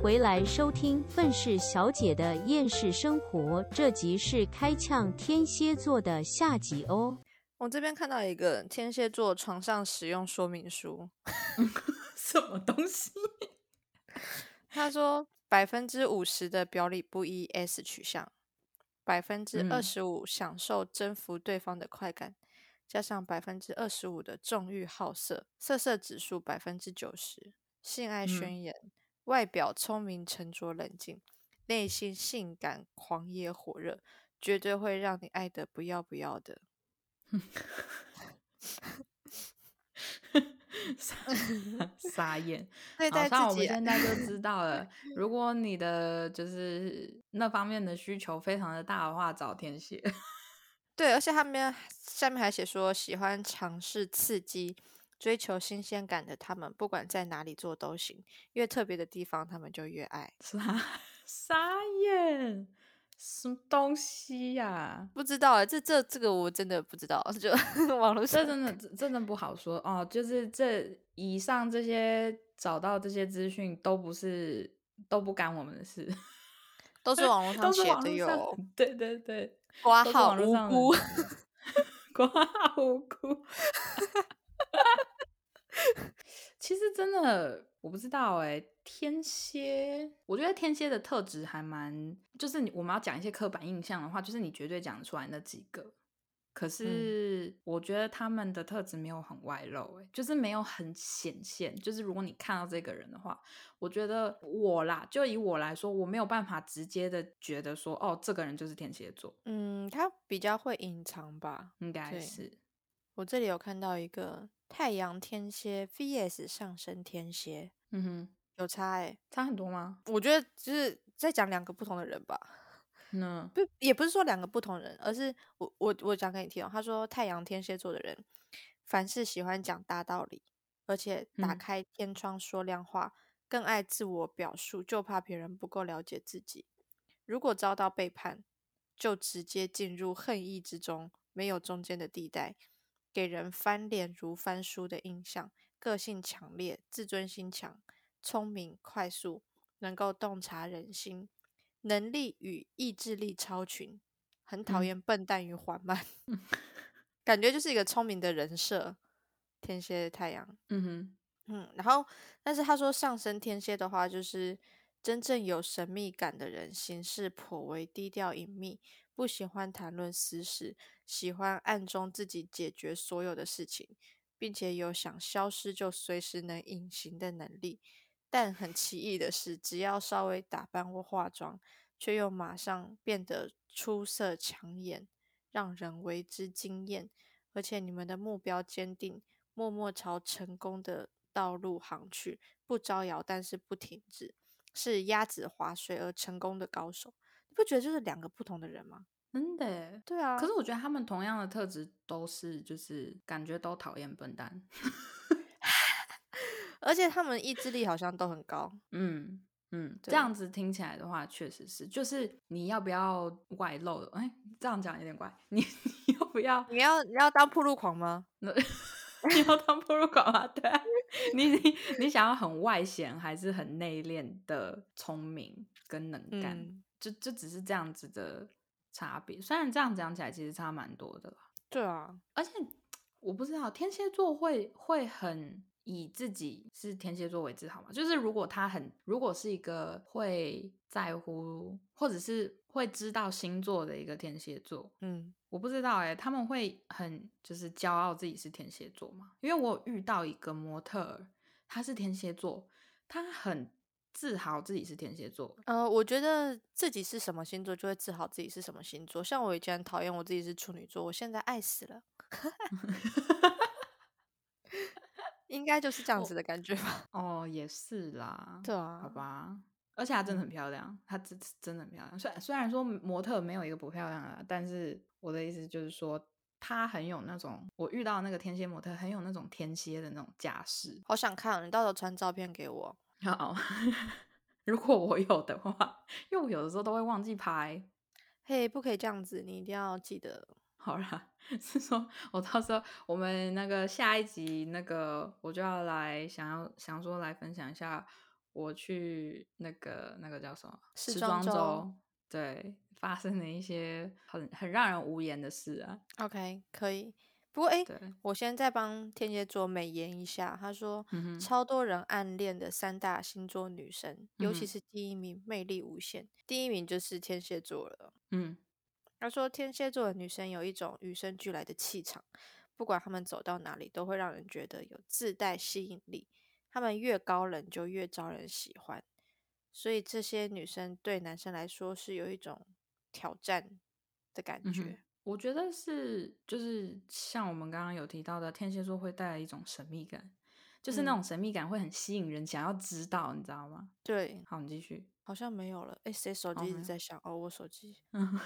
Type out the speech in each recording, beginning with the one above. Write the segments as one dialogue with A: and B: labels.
A: 回来收听《愤世小姐的厌世生活》，这集是开呛天蝎座的下集哦。
B: 我这边看到一个天蝎座床上使用说明书，
C: 什么东西？
B: 他说百分之五十的表里不一 S 取向，百分之
C: 嗯
B: 二十五享受征服对方的快感，加上百分之二十五的纵欲好色，色色指数百分之九十，性
C: 嗯
B: 爱宣言，外表聪明沉着冷静，内心性感狂野火热，绝对会让你爱得不要不要的。
C: 傻傻眼。
B: 对
C: 好
B: 待
C: 像我
B: 自
C: 们
B: 己啊
C: 现在就知道 了。如果你的就是那方面的需求非常的大的话，找天蝎。
B: 对，而且他们下面还写说，喜欢尝试刺激、追求新鲜感的他们，不管在哪里做都行，越特别的地方他们就越爱。
C: 傻傻眼，什么东西呀、
B: 不知道欸这这这个我真的不知道， 就网络
C: 这
B: 上
C: 真的这真的不好说哦。就是这以上这些找到这些资讯都不是都不干我们的事，
B: 都是网络上
C: 都是
B: 写
C: 网
B: 的
C: 络上
B: 哟，。
C: 对对对，
B: 挂
C: 都是
B: 号
C: 网络
B: 无
C: 上的
B: 辜，
C: 瓜无辜。 其实真的我不知道哎、天蝎，我觉得天蝎的特质还蛮，就是你我们要讲一些刻板印象的话，就是你绝对讲得出来那几个。可是我觉得他们的特质没有很外露、欸，就是没有很显现。就是如果你看到这个人的话，我觉得我啦，就以我来说，我没有办法直接的觉得说，哦，这个人就是天蝎座，
B: 嗯，他比较会隐藏吧。
C: 应该
B: 对
C: 是
B: 我这里有看到一个太阳天蝎 VS 上升天蝎，
C: 嗯哼，
B: 有差哎、
C: 差很多吗？
B: 我觉得就是在讲两个不同的人吧。
C: 那
B: 不也不是说两个不同人，而是我我我讲给你听哦。他说太阳天蝎座的人，凡事喜欢讲大道理，而且打
C: 嗯
B: 开天窗说亮话，更爱自我表述，就怕别人不够了解自己。如果遭到背叛，就直接进入恨意之中，没有中间的地带，给人翻脸如翻书的印象。个性强烈，自尊心强，聪明快速，能够洞察人心，能力与意志力超群，很讨
C: 嗯
B: 厌笨蛋与缓慢，感觉就是一个聪明的人设。天蝎太阳，
C: 嗯哼，
B: 嗯，然后但是他说上升天蝎的话，就是真正有神秘感的人，行事颇为低调隐秘，不喜欢谈论私事，喜欢暗中自己解决所有的事情，并且有想消失就随时能隐形的能力。但很奇异的是，只要稍微打扮或化妆，却又马上变得出色抢眼，让人为之惊艳。而且你们的目标坚定，默默朝成功的道路航去，不招摇，但是不停滞，是鸭子划水而成功的高手。你不觉得这是两个不同的人吗？
C: 真的耶。
B: 对啊，
C: 可是我觉得他们同样的特质都是，就是感觉都讨厌笨蛋。
B: 而且他们意志力好像都很高。
C: 嗯嗯，这
B: 对
C: 样子听起来的话，确实是，就是你要不要外露的？哎，这样讲有点怪。你 你要不要？
B: 你要你要当铺路狂吗？
C: 你要当破路狂吗？对啊、 你你你想要很外显，还是很内敛的聪明跟能干？
B: 嗯
C: 就就只是这样子的差别。虽然这样讲起来，其实差蛮多的啦。
B: 对啊，
C: 而且我不知道天蝎座会会很以自己是天蝎座为自豪吗？就是如果他很，如果是一个会在乎或者是会知道星座的一个天蝎座，
B: 嗯，
C: 我不知道哎、他们会很就是骄傲自己是天蝎座吗？因为我有遇到一个模特儿，她是天蝎座，她很自豪自己是天蝎座，
B: 呃，我觉得自己是什么星座，就会自豪自己是什么星座。像我以前讨厌我自己是处女座，我现在爱死 了。应该就是这样
C: 我
B: 子的感觉吧。
C: 哦，也是啦，
B: 对啊
C: 好吧。嗯而且她真的很漂亮，她真真的很漂亮。虽然虽然说模特没有一个不漂亮的啦，但是我的意思就是说，她很有那种我遇到那个天蝎模特很有那种天蝎的那种架势。
B: 好想看哦，你到时候传照片给我。
C: 哦， 如果我有的话，因为我有的时候都会忘记拍。
B: 嘿，不可以这样子，你一定要记得。
C: 好啦，是说我到时候我们那个下一集那个我就要来想要想说来分享一下我去那个那个叫什么
B: 时
C: 时
B: 装
C: 装
B: 周
C: 周，对，发生了一些很很让人无言的事啊。
B: OK，可以。不过诶，
C: 对，
B: 我先再帮天蝎座美言一下，他说、
C: 嗯哼
B: 超多人暗恋的三大星座女神，尤其
C: 嗯哼
B: 是第一名魅力无限，第一名就是天蝎座了。
C: 嗯，
B: 他说天蝎座的女生有一种与生俱来的气场，不管她们走到哪里，都会让人觉得有自带吸引力。她们越高冷就越招人喜欢，所以这些女生对男生来说是有一种挑战的感
C: 嗯
B: 觉。
C: 哼我觉得是就是像我们刚刚有提到的，天蝎座会带来一种神秘感，就是
B: 嗯
C: 那种神秘感会很吸引人，想要知道，你知道吗？
B: 对，
C: 好，你继续。
B: 好像没有了。哎，谁手
C: 哦
B: 机一
C: 没
B: 直
C: 有
B: 在响？哦，我手机。
C: 嗯，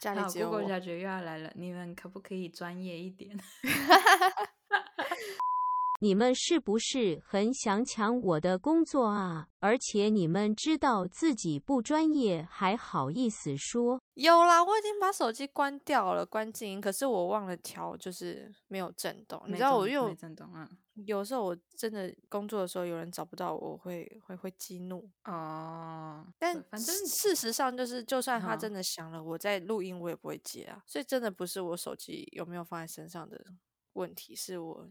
B: 家里
C: 好
B: 只有
C: 啊，Google
B: 我。
C: 小姐又要来了，你们可不可以专业一点？
B: 哦
A: 你们是不是很想抢我的工作啊？而且你们知道自己不专业，还好意思说？
B: 有啦，我已经把手机关掉了，关静音，可是我忘了调，就是没有震动。你
C: 没
B: 知道我
C: 震
B: 因为
C: 没震动，嗯，
B: 我有时候我真的工作的时候有人找不到我，我会会会激怒。
C: 哦，
B: 但
C: 对反正
B: 事实上就是，就算他
C: 好
B: 真的响了，我在录音我也不会接啊。所以真的不是我手机有没有放在身上的问题，是我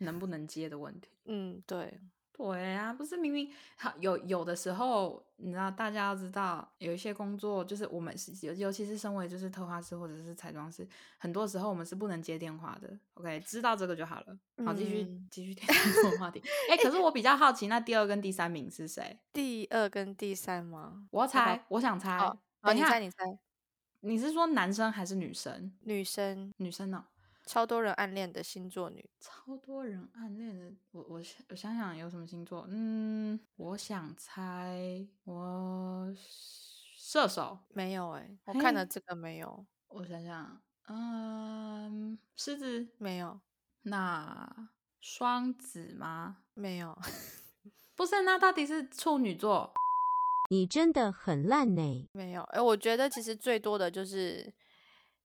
C: 能不能接的问题。
B: 嗯对
C: 对啊，不是明明好有有的时候，你知道大家要知道，有一些工作就是我们是尤尤其是身为就是特化师或者是彩妆师，很多时候我们是不能接电话的。OK，知道这个就好了。好，继续
B: 嗯
C: 继续 听我们话题。哎、可是我比较好奇，那第二跟第三名是谁？
B: 第二跟第三吗？
C: 我要
B: 要不要
C: 猜，我想猜。
B: 好哦好
C: 等一
B: 你
C: 下
B: 猜你猜，
C: 你是说男生还是女生？
B: 女生
C: 女生呢、
B: 超多人暗恋的星座女，
C: 超多人暗恋的，我我想我想想有什么星座？嗯，我想猜我射手，
B: 没有哎、我看了
C: 嘿
B: 这个没有，
C: 我想想，嗯，狮子，
B: 没有，
C: 那双子吗？
B: 没有，
C: 不是，那到底是处女座？
A: 你真的很烂呢、
B: 没有。哎、我觉得其实最多的就是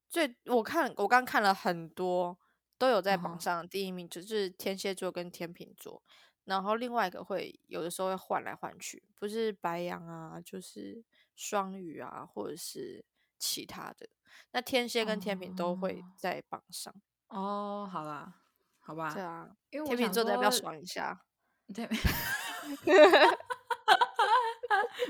B: 最，我看我刚看了很多，都有在榜
C: 哦
B: 上第一名，就是天蝎座跟天秤座，然后另外一个会有的时候会换来换去，不是白羊啊，就是双鱼啊，或者是其他的。那天蝎跟天秤都会
C: 哦
B: 在榜上，
C: 哦，好啦，好吧，
B: 对啊，
C: 因为我
B: 天秤
C: 想
B: 座的要不要
C: 说
B: 爽一下？
C: 对，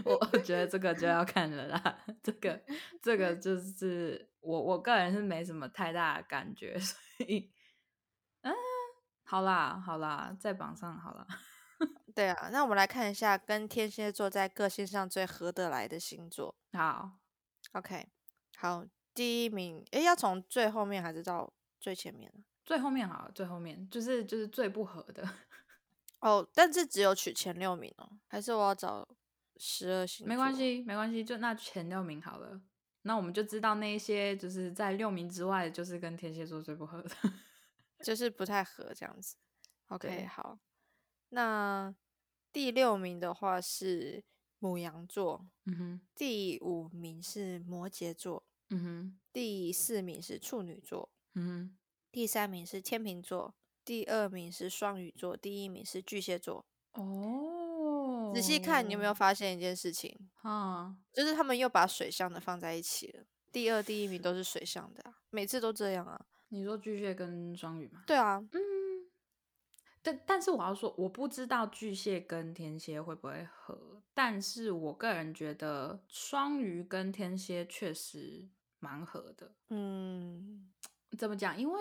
C: 我我觉得这个就要看了啦，这个这个就是我我个人是没什么太大的感觉， 所以嗯，好啦好啦，在榜上好啦，
B: 对啊，那我们来看一下跟天蝎座在个性上最合得来的星座。
C: 好，
B: OK，好，第一名，诶，要从最后面还是到最前面呢？
C: 最后面好了，最后面就是就是最不合的，
B: 哦，但是只有取前六名哦，还是我要找十二星座？
C: 没关，系没关系，就那前六名好了，那我们就知道那一些就是在六名之外，就是跟天蝎座最不合的。
B: 就是不太合这样子。OK，
C: 对
B: 好，那第六名的话是母羊座，
C: 嗯哼，
B: 第五名是摩羯座，
C: 嗯哼，
B: 第四名是处女座，
C: 嗯哼，
B: 第三名是天秤座，第二名是双鱼座，第一名是巨蟹座。
C: 哦，
B: 仔细看，你有没有发现一件事情？
C: 啊？
B: 就是他们又把水象的放在一起了。第二、第一名都是水象的、啊，每次都这样啊。
C: 你说巨蟹跟双鱼吗？
B: 对啊，
C: 嗯，但但是我要说，我不知道巨蟹跟天蝎会不会合，但是我个人觉得双鱼跟天蝎确实蛮合的。
B: 嗯，
C: 怎么讲？因为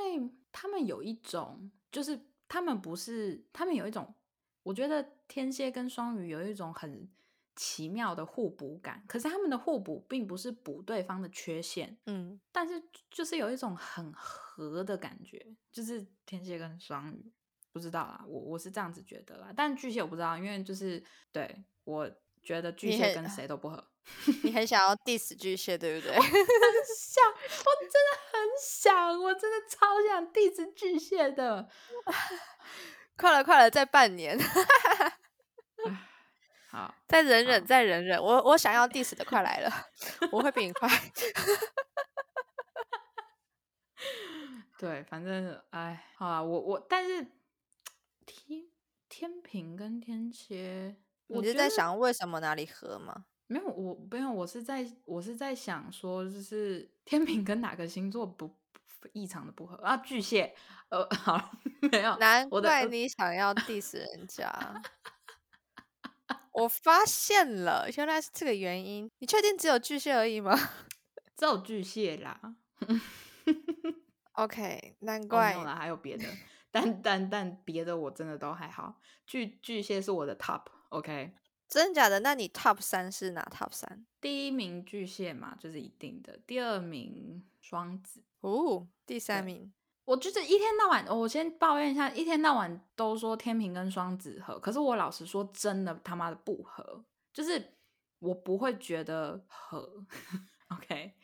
C: 他们有一种，就是他们不是，他们有一种，我觉得天蝎跟双鱼有一种很奇妙的互补感，可是他们的互补并不是补对方的缺陷，
B: 嗯，
C: 但是就是有一种很合的感觉，就是天蝎跟双鱼，不知道啦，我我是这样子觉得啦，但巨蟹我不知道，因为就是对我觉得巨
B: 你
C: 蟹
B: 很
C: 跟谁都不 合，
B: 你很想要 diss 巨蟹，对不 对？
C: 很想，我真的很想，我真的超想地址巨蟹的，
B: 快了，快了，再半年，
C: 好，
B: 再忍忍，
C: 好
B: 再忍忍。我我想要 diss 的快来了， 我会比你快。
C: 对，反正哎，好啊，我我但是天天平跟天蝎， 我
B: 你是
C: 觉
B: 在
C: 得
B: 想为什么哪里合吗？
C: 没有，我没有，我是在我是在想说，就是天平跟哪个星座不不异常的不合啊？巨蟹，呃， 好了，没有，
B: 难
C: 我的呃
B: 怪
C: 我
B: 你想要 diss 人 家。我发现了，原来是这个原因。你确定只有巨蟹而已吗
C: 只有巨蟹啦，
B: ？OK，难
C: 哦，没
B: 怪。
C: 有啦，还 有别的，但但但别的我真的都还好，巨巨蟹是我的 top，OK，、
B: 真假的？那你 top 三是哪 top 三？
C: 第一名巨蟹嘛，这是一定的，第二名双子，
B: 哦，第三
C: 对
B: 名。
C: 我就是一天到晚，我先抱怨一下，一天到晚都说天平跟双子合，可是我老实说，真的他妈的不合，就是我不会觉得合。OK，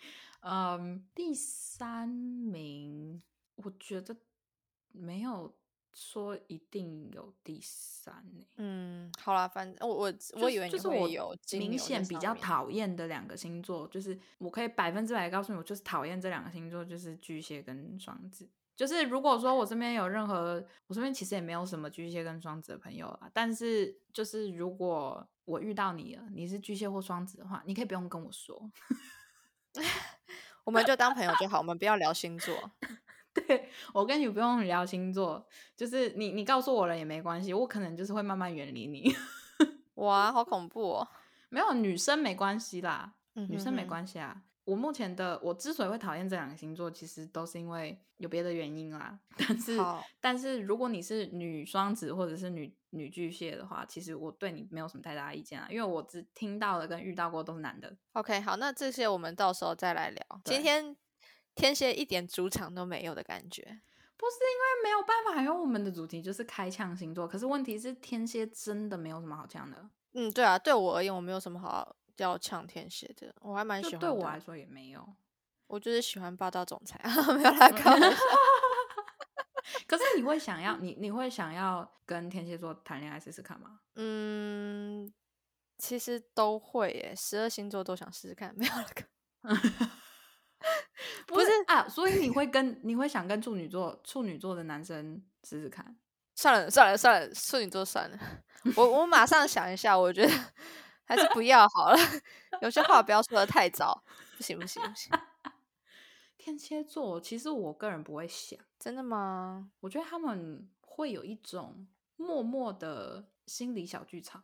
C: 嗯，第三名，我觉得没有说一定有第三呢、
B: 嗯，好啦，反正我我
C: 就
B: 我以
C: 是
B: 为
C: 就
B: 你
C: 是
B: 会
C: 我
B: 有金
C: 明
B: 牛在
C: 显比
B: 上
C: 较
B: 面
C: 讨厌的两个星座，就是我可以百分之百告诉你，我就是讨厌这两个星座，就是巨蟹跟双子。就是如果说我身边有任何，我身边其实也没有什么巨蟹跟双子的朋友啦，但是就是如果我遇到你了，你是巨蟹或双子的话，你可以不用跟我说。
B: 我们就当朋友就好，我们不要聊星座。
C: 对我跟你不用聊星座，就是你你告诉我了也没关系，我可能就是会慢慢远离你。
B: 哇，好恐怖哦！
C: 没有女生没关系啦，
B: 嗯
C: 女
B: 哼
C: 生没
B: 哼
C: 关系啊。我目前的我之所以会讨厌这两个星座，其实都是因为有别的原因啦。 但是
B: 好，
C: 但是如果你是女双子或者是女女巨蟹的话，其实我对你没有什么太大的意见啊，因为我只听到的跟遇到过都是男的。
B: OK，好，那这些我们到时候再来聊。
C: 对
B: 今天天蝎一点主场都没有的感觉，
C: 不是因为没有办法，因为我们的主题就是开呛星座，可是问题是天蝎真的没有什么好呛的，
B: 嗯，对啊，对我而言，我没有什么好要呛天蝎的，我还蛮喜
C: 就
B: 欢
C: 对
B: 的。
C: 我来说也没有。
B: 我就是喜欢霸道总裁，啊 没有啦，开玩笑。
C: 可是你会想要你你会想要跟天蝎座谈恋爱试试看吗？
B: 嗯，其实都会耶，十二星座都想试试看，没有了。
C: 不
B: 不
C: 是
B: 是
C: 啊，所以你会跟你会想跟处女座处女座的男生试试看，
B: 算了算了算了，处女座算了，我我马上想一下，我觉得 还是不要好了，有些话不要说的太早，不行不行不行，
C: 天蝎座其实我个人不会想，
B: 真的吗？
C: 我觉得他们会有一种默默的心理小剧场，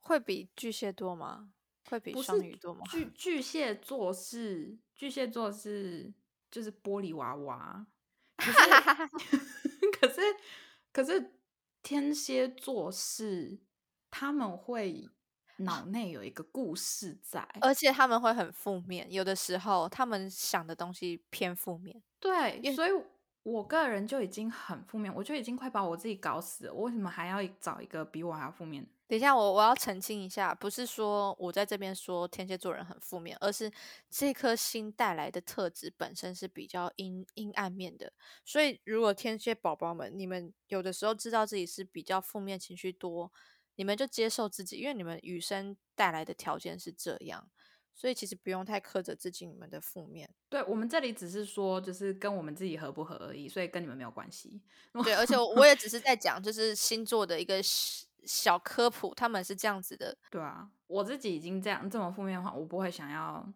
B: 会比巨蟹多吗？会比
C: 不
B: 双
C: 是
B: 鱼多吗？
C: 巨巨蟹座是巨蟹座是就是玻璃娃娃， 可是可是可是天蝎座是他们会脑内有一个故事在，
B: 而且他们会很负面，有的时候他们想的东西偏负面。
C: 对，
B: 因
C: 所以我个人就已经很负面，我就已经快把我自己搞死了，我为什么还要找一个比我还要负面的？
B: 等一下，我我要澄清一下，不是说我在这边说天蝎座人很负面，而是这颗星带来的特质本身是比较阴阴暗面的。所以，如果天蝎宝宝们，你们有的时候知道自己是比较负面情绪多，你们就接受自己，因为你们与生带来的条件是这样，所以其实不用太苛责自己你们的负面。
C: 对我们这里只是说，就是跟我们自己合不合而已，所以跟你们没有关系。
B: 对，而且我我也只是在讲，就是星座的一个小小科普，他们是这样子的。
C: 对啊，我自己已经这样这么负面的话，我不会想要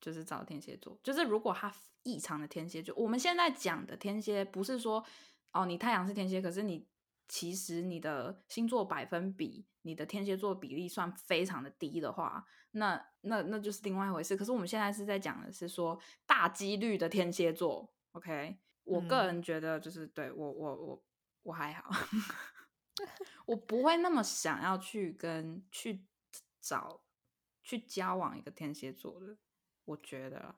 C: 就是找天蝎座。就是如果他异常的天蝎座，我们现在讲的天蝎不是说哦，你太阳是天蝎，可是你其实你的星座百分比，你的天蝎座比例算非常的低的话，那那那就是另外一回事。可是我们现在是在讲的是说大几率的天蝎座，OK？我个
B: 嗯
C: 人觉得就是对我我我我还好。我不会那么想要去跟去找去交往一个天蝎座的，我觉得啦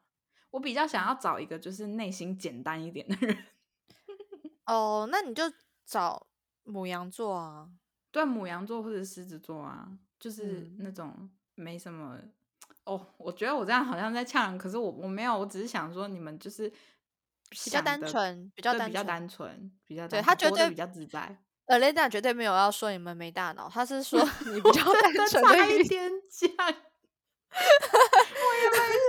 C: 我比较
B: 嗯
C: 想要找一个就是内心简单一点的人。
B: 哦，那你就找母羊座啊。
C: 对，母羊座或者狮子座啊，就是
B: 嗯
C: 那种没什么。哦，我觉得我这样好像在呛人，可是我我没有，我只是想说你们就是比
B: 较单纯比较
C: 比
B: 单
C: 较
B: 纯
C: 单纯，比较
B: 对
C: 单
B: 他绝
C: 纯活得
B: 对
C: 比较自在。
B: 呃雷 e 绝对没有要说你们没大脑，他是说你比较
C: 我
B: 单
C: 真的
B: 纯
C: 差
B: 的
C: 一
B: 意思。
C: 点讲。 我原本是，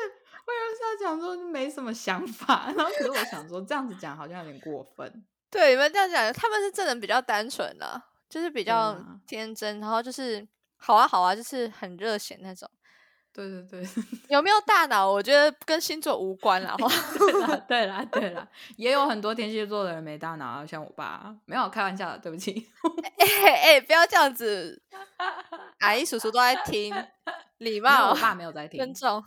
C: 我原本是要讲说没什么想法，然后可是我想说这样子讲好像有点过分。
B: 对，你们这样讲，他们是真的比较单纯了、就是比较
C: 啊
B: 天真，然后就是好啊好啊，就是很热血那种。
C: 对对对，
B: 有没有大脑？我觉得跟星座无关啦。哈
C: 对啦对啦对啦，也有很多天蝎座的人没大脑啊，像我爸，没有开玩笑的，对不起。
B: 哎哎，不要这样子，阿姨叔叔都在听，礼
C: 因为
B: 貌
C: 我爸没有在听，
B: 尊重。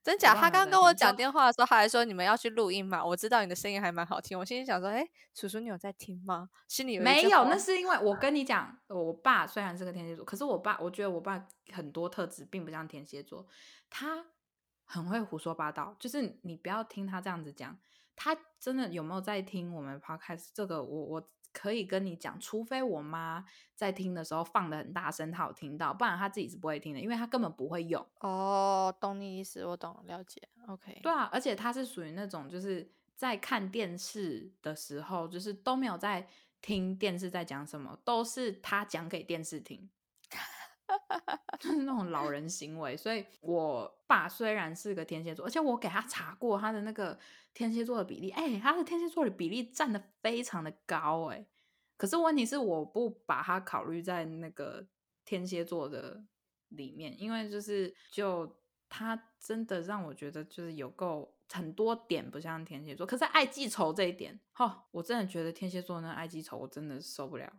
B: 真假？他
C: 爸没有
B: 刚
C: 在
B: 跟我
C: 听就
B: 讲电话的时候，他还说你们要去录音嘛？我知道你的声音还蛮好听，我心里想说，哎，叔叔你有在听吗？心里一
C: 没
B: 阵
C: 有，
B: 慌
C: 那是因为我跟你讲，我爸虽然是个天蝎座，可是我爸，我觉得我爸很多特质并不像天蝎座，他很会胡说八道。就是你不要听他这样子讲，他真的有没有在听我们 podcast？这个我我可以跟你讲，除非我妈在听的时候放的很大声，她有听到，不然她自己是不会听的，因为她根本不会用。
B: 哦，懂你意思，我懂，了解。OK，
C: 对啊，而且他是属于那种就是在看电视的时候，就是都没有在听电视在讲什么，都是他讲给电视听， 就是那种老人行为。所以我爸虽然是个天蝎座，而且我给他查过他的那个天蝎座的比例，哎、他的天蝎座的比例占的非常的高、哎。可是问题是，我不把它考虑在那个天蝎座的里面，因为就是就他真的让我觉得就是有够很多点不像天蝎座，可是爱记仇这一点，哈、我真的觉得天蝎座那爱记仇，我真的受不了。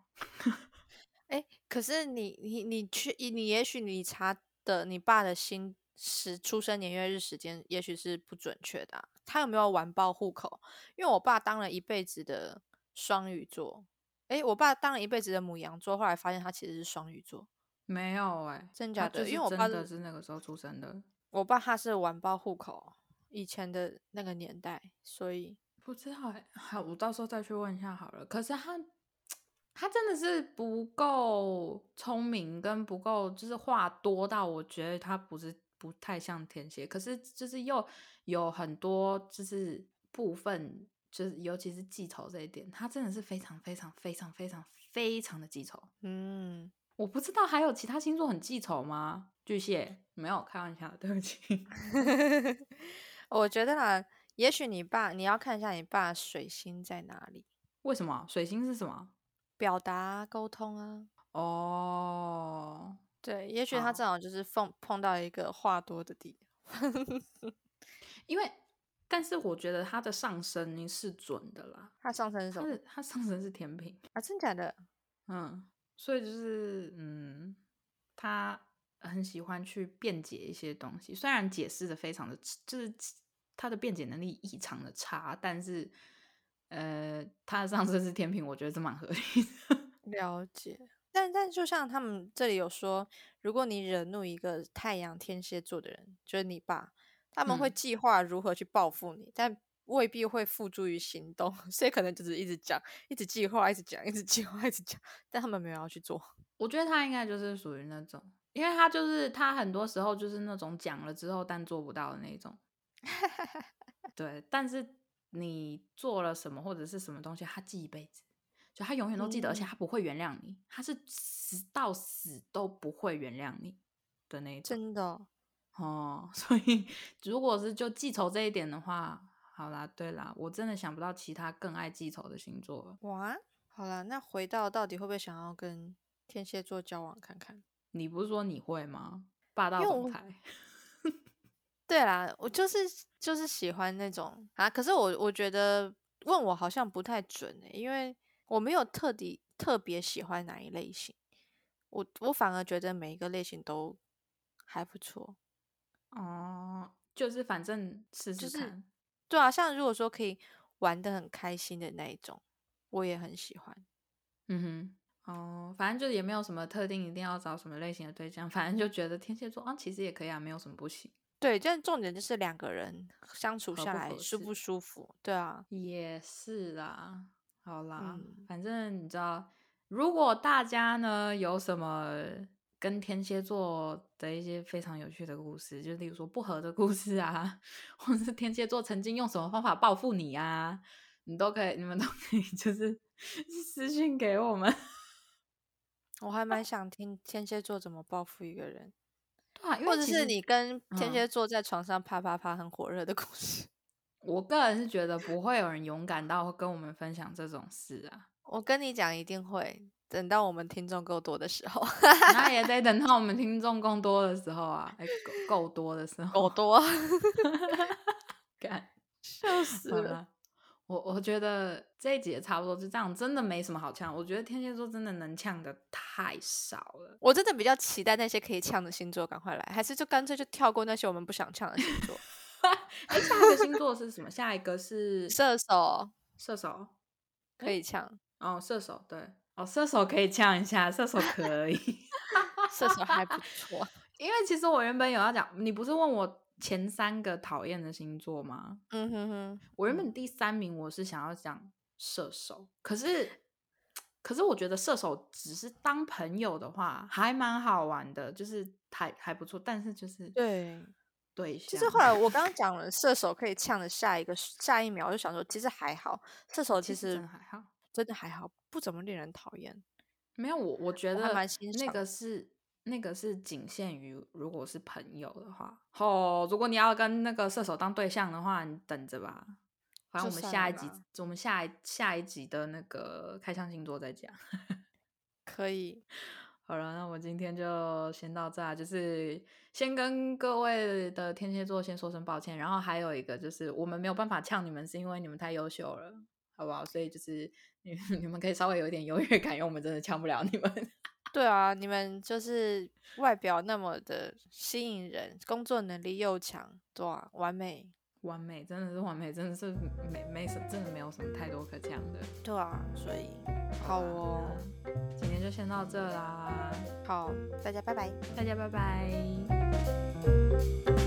B: 哎，可是你你你去你也许你查的你爸的新时出生年月日时间，也许是不准确的啊、他有没有完爆户口？因为我爸当了一辈子的双鱼座，哎，我爸当了一辈子的母羊座，后来发现他其实是双鱼座，
C: 没有哎、
B: 真
C: 他
B: 假的？
C: 就是
B: 因为我爸
C: 真的
B: 是
C: 是那个时候出生的，
B: 我爸他是完爆户口，以前的那个年代，所以
C: 不知道哎、好，我到时候再去问一下好了。可是他，他真的是不够聪明，跟不够就是话多到我觉得他不是不太像天蝎，可是就是又有很多就是部分，就是尤其是记仇这一点，他真的是非常非常非常非常非常的记仇。
B: 嗯，
C: 我不知道还有其他星座很记仇吗？巨蟹没有，开玩笑的，对不起。
B: 我觉得啦，也许你爸你要看一下你爸水星在哪里。
C: 为什么水星是什么？
B: 表达沟通啊。
C: 哦、
B: 对，也许他
C: 好
B: 正好就是碰碰到一个话多的地方。
C: 因为，但是我觉得它的上升是准的啦，
B: 他上升是
C: 它
B: 什么
C: 的它上升是天平，
B: 啊？真假的？
C: 嗯，所以就是嗯，他很喜欢去辩解一些东西，虽然解释的非常的，就是他的辩解能力异常的差，但是呃，他的上升是天平，我觉得这蛮合理的。
B: 了解。但但就像他们这里有说，如果你惹怒一个太阳天蝎座的人，就是你爸，他们会
C: 嗯
B: 计划如何去报复你，但未必会付诸于行动， 所以可能就是一直讲，一直计划，一直讲，一直计划，一直讲，但他们没有要去做。
C: 我觉得他应该就是属于那种，因为他就是他很多时候就是那种讲了之后但做不到的 那种。对，但是你做了什么或者是什么东西，他记一辈子，就他永远都记得，而且
B: 嗯
C: 他不会原谅你，他是死到死都不会原谅你的那一种。
B: 真的哦、
C: 哦， 所以如果是就记仇这一点的话，好啦，对啦，我真的想不到其他更爱记仇的星座了。
B: 哇，好啦，那回到到底会不会想要跟天蝎座交往看看？
C: 你不是说你会吗？霸道
B: 因为
C: 总
B: 我
C: 裁。
B: 对啦，我就是就是喜欢那种啊，可是我我觉得问我好像不太准欸，因为我没有特地特别喜欢哪一类型，我我反而觉得每一个类型都还不错。
C: 哦，就是反正试
B: 就
C: 试
B: 是
C: 看。
B: 对啊，像如果说可以玩的很开心的那一种，我也很喜欢。
C: 嗯哼，哦，反正就也没有什么特定一定要找什么类型的对象，反正就觉得天蝎座啊，其实也可以啊，没有什么不行。
B: 对，但重点就是两个人相处
C: 合
B: 下
C: 不
B: 来
C: 合
B: 舒不
C: 适
B: 舒服。对啊，
C: 也是啦，好啦，
B: 嗯
C: 反正你知道，如果大家呢有什么跟天蝎座的一些非常有趣的故事，就例如说不合的故事啊， 或者是天蝎座曾经用什么方法报复你啊，你都可以，你们都可以就是 私信给我们。
B: 我还蛮想听天蝎座怎么报复一个人。
C: 对啊，因为
B: 或者
C: 其
B: 是
C: 实
B: 你跟天
C: 嗯
B: 蝎座在床上啪啪啪很火热的故事。
C: 我个人是觉得不会有人勇敢到跟我们分享这种事啊。
B: 我跟你讲，一定会。等到我们听众够多的时候，
C: 那也得等到我们听众更多的时候啊，哎够够多的时候，
B: 够多，
C: 干
B: 笑死
C: 好
B: 了。
C: 啦我我觉得这一集也差不多就这样，真的没什么好呛。我觉得天蝎座真的能呛的太少了。
B: 我真的比较期待那些可以呛的星座赶快来，还是就干脆就跳过那些我们不想呛的星座。
C: 哎，下一个星座是什么？下一个是
B: 射手
C: 射手
B: 可以呛，
C: 哦，射手对哦，射手可以呛一下，射手 可以。
B: 射手还不错。
C: 因为其实我原本有要讲，你不是问我前三个讨厌的星座吗？
B: 嗯哼哼，
C: 我原本第三名我是想要讲射手，可是可是我觉得射手只是当朋友的话还蛮好玩的，就是还还不错，但是就是
B: 对。
C: 对
B: 其实
C: 象，
B: 后来我刚刚讲了射手可以呛的下一个下一秒，我就想说，其实还好，射手
C: 其
B: 其
C: 实真
B: 实
C: 的还好，
B: 真的还好，不怎么令人讨厌。
C: 没有我我觉
B: 我还
C: 得
B: 蛮欣
C: 那
B: 赏
C: 个是。那个是仅限于如果是朋友的话，哦，如果你要跟那个射手当对象的话，你等着吧。反正
B: 就
C: 我
B: 算
C: 们下
B: 了
C: 一集
B: 吧，
C: 我们下一下一集的那个开箱星座再讲。
B: 可以，
C: 好了，那我今天就先到这儿，啊就是先跟各位的天蝎座先说声抱歉，然后还有一个就是我们没有办法呛你们，是因为你们太优秀了，好不好？所以就是你你们可以稍微有一点优越感，因为我们真的呛不了你们。
B: 对啊，你们就是外表那么的吸引人，工作能力又强，对啊，完美，
C: 完美，真的是完美，真的是没没什，真的没有什么太多可呛的。
B: 对啊，所以好哦，
C: 那今天就先到这啦，
B: 好，大家拜拜。
C: 大家拜拜。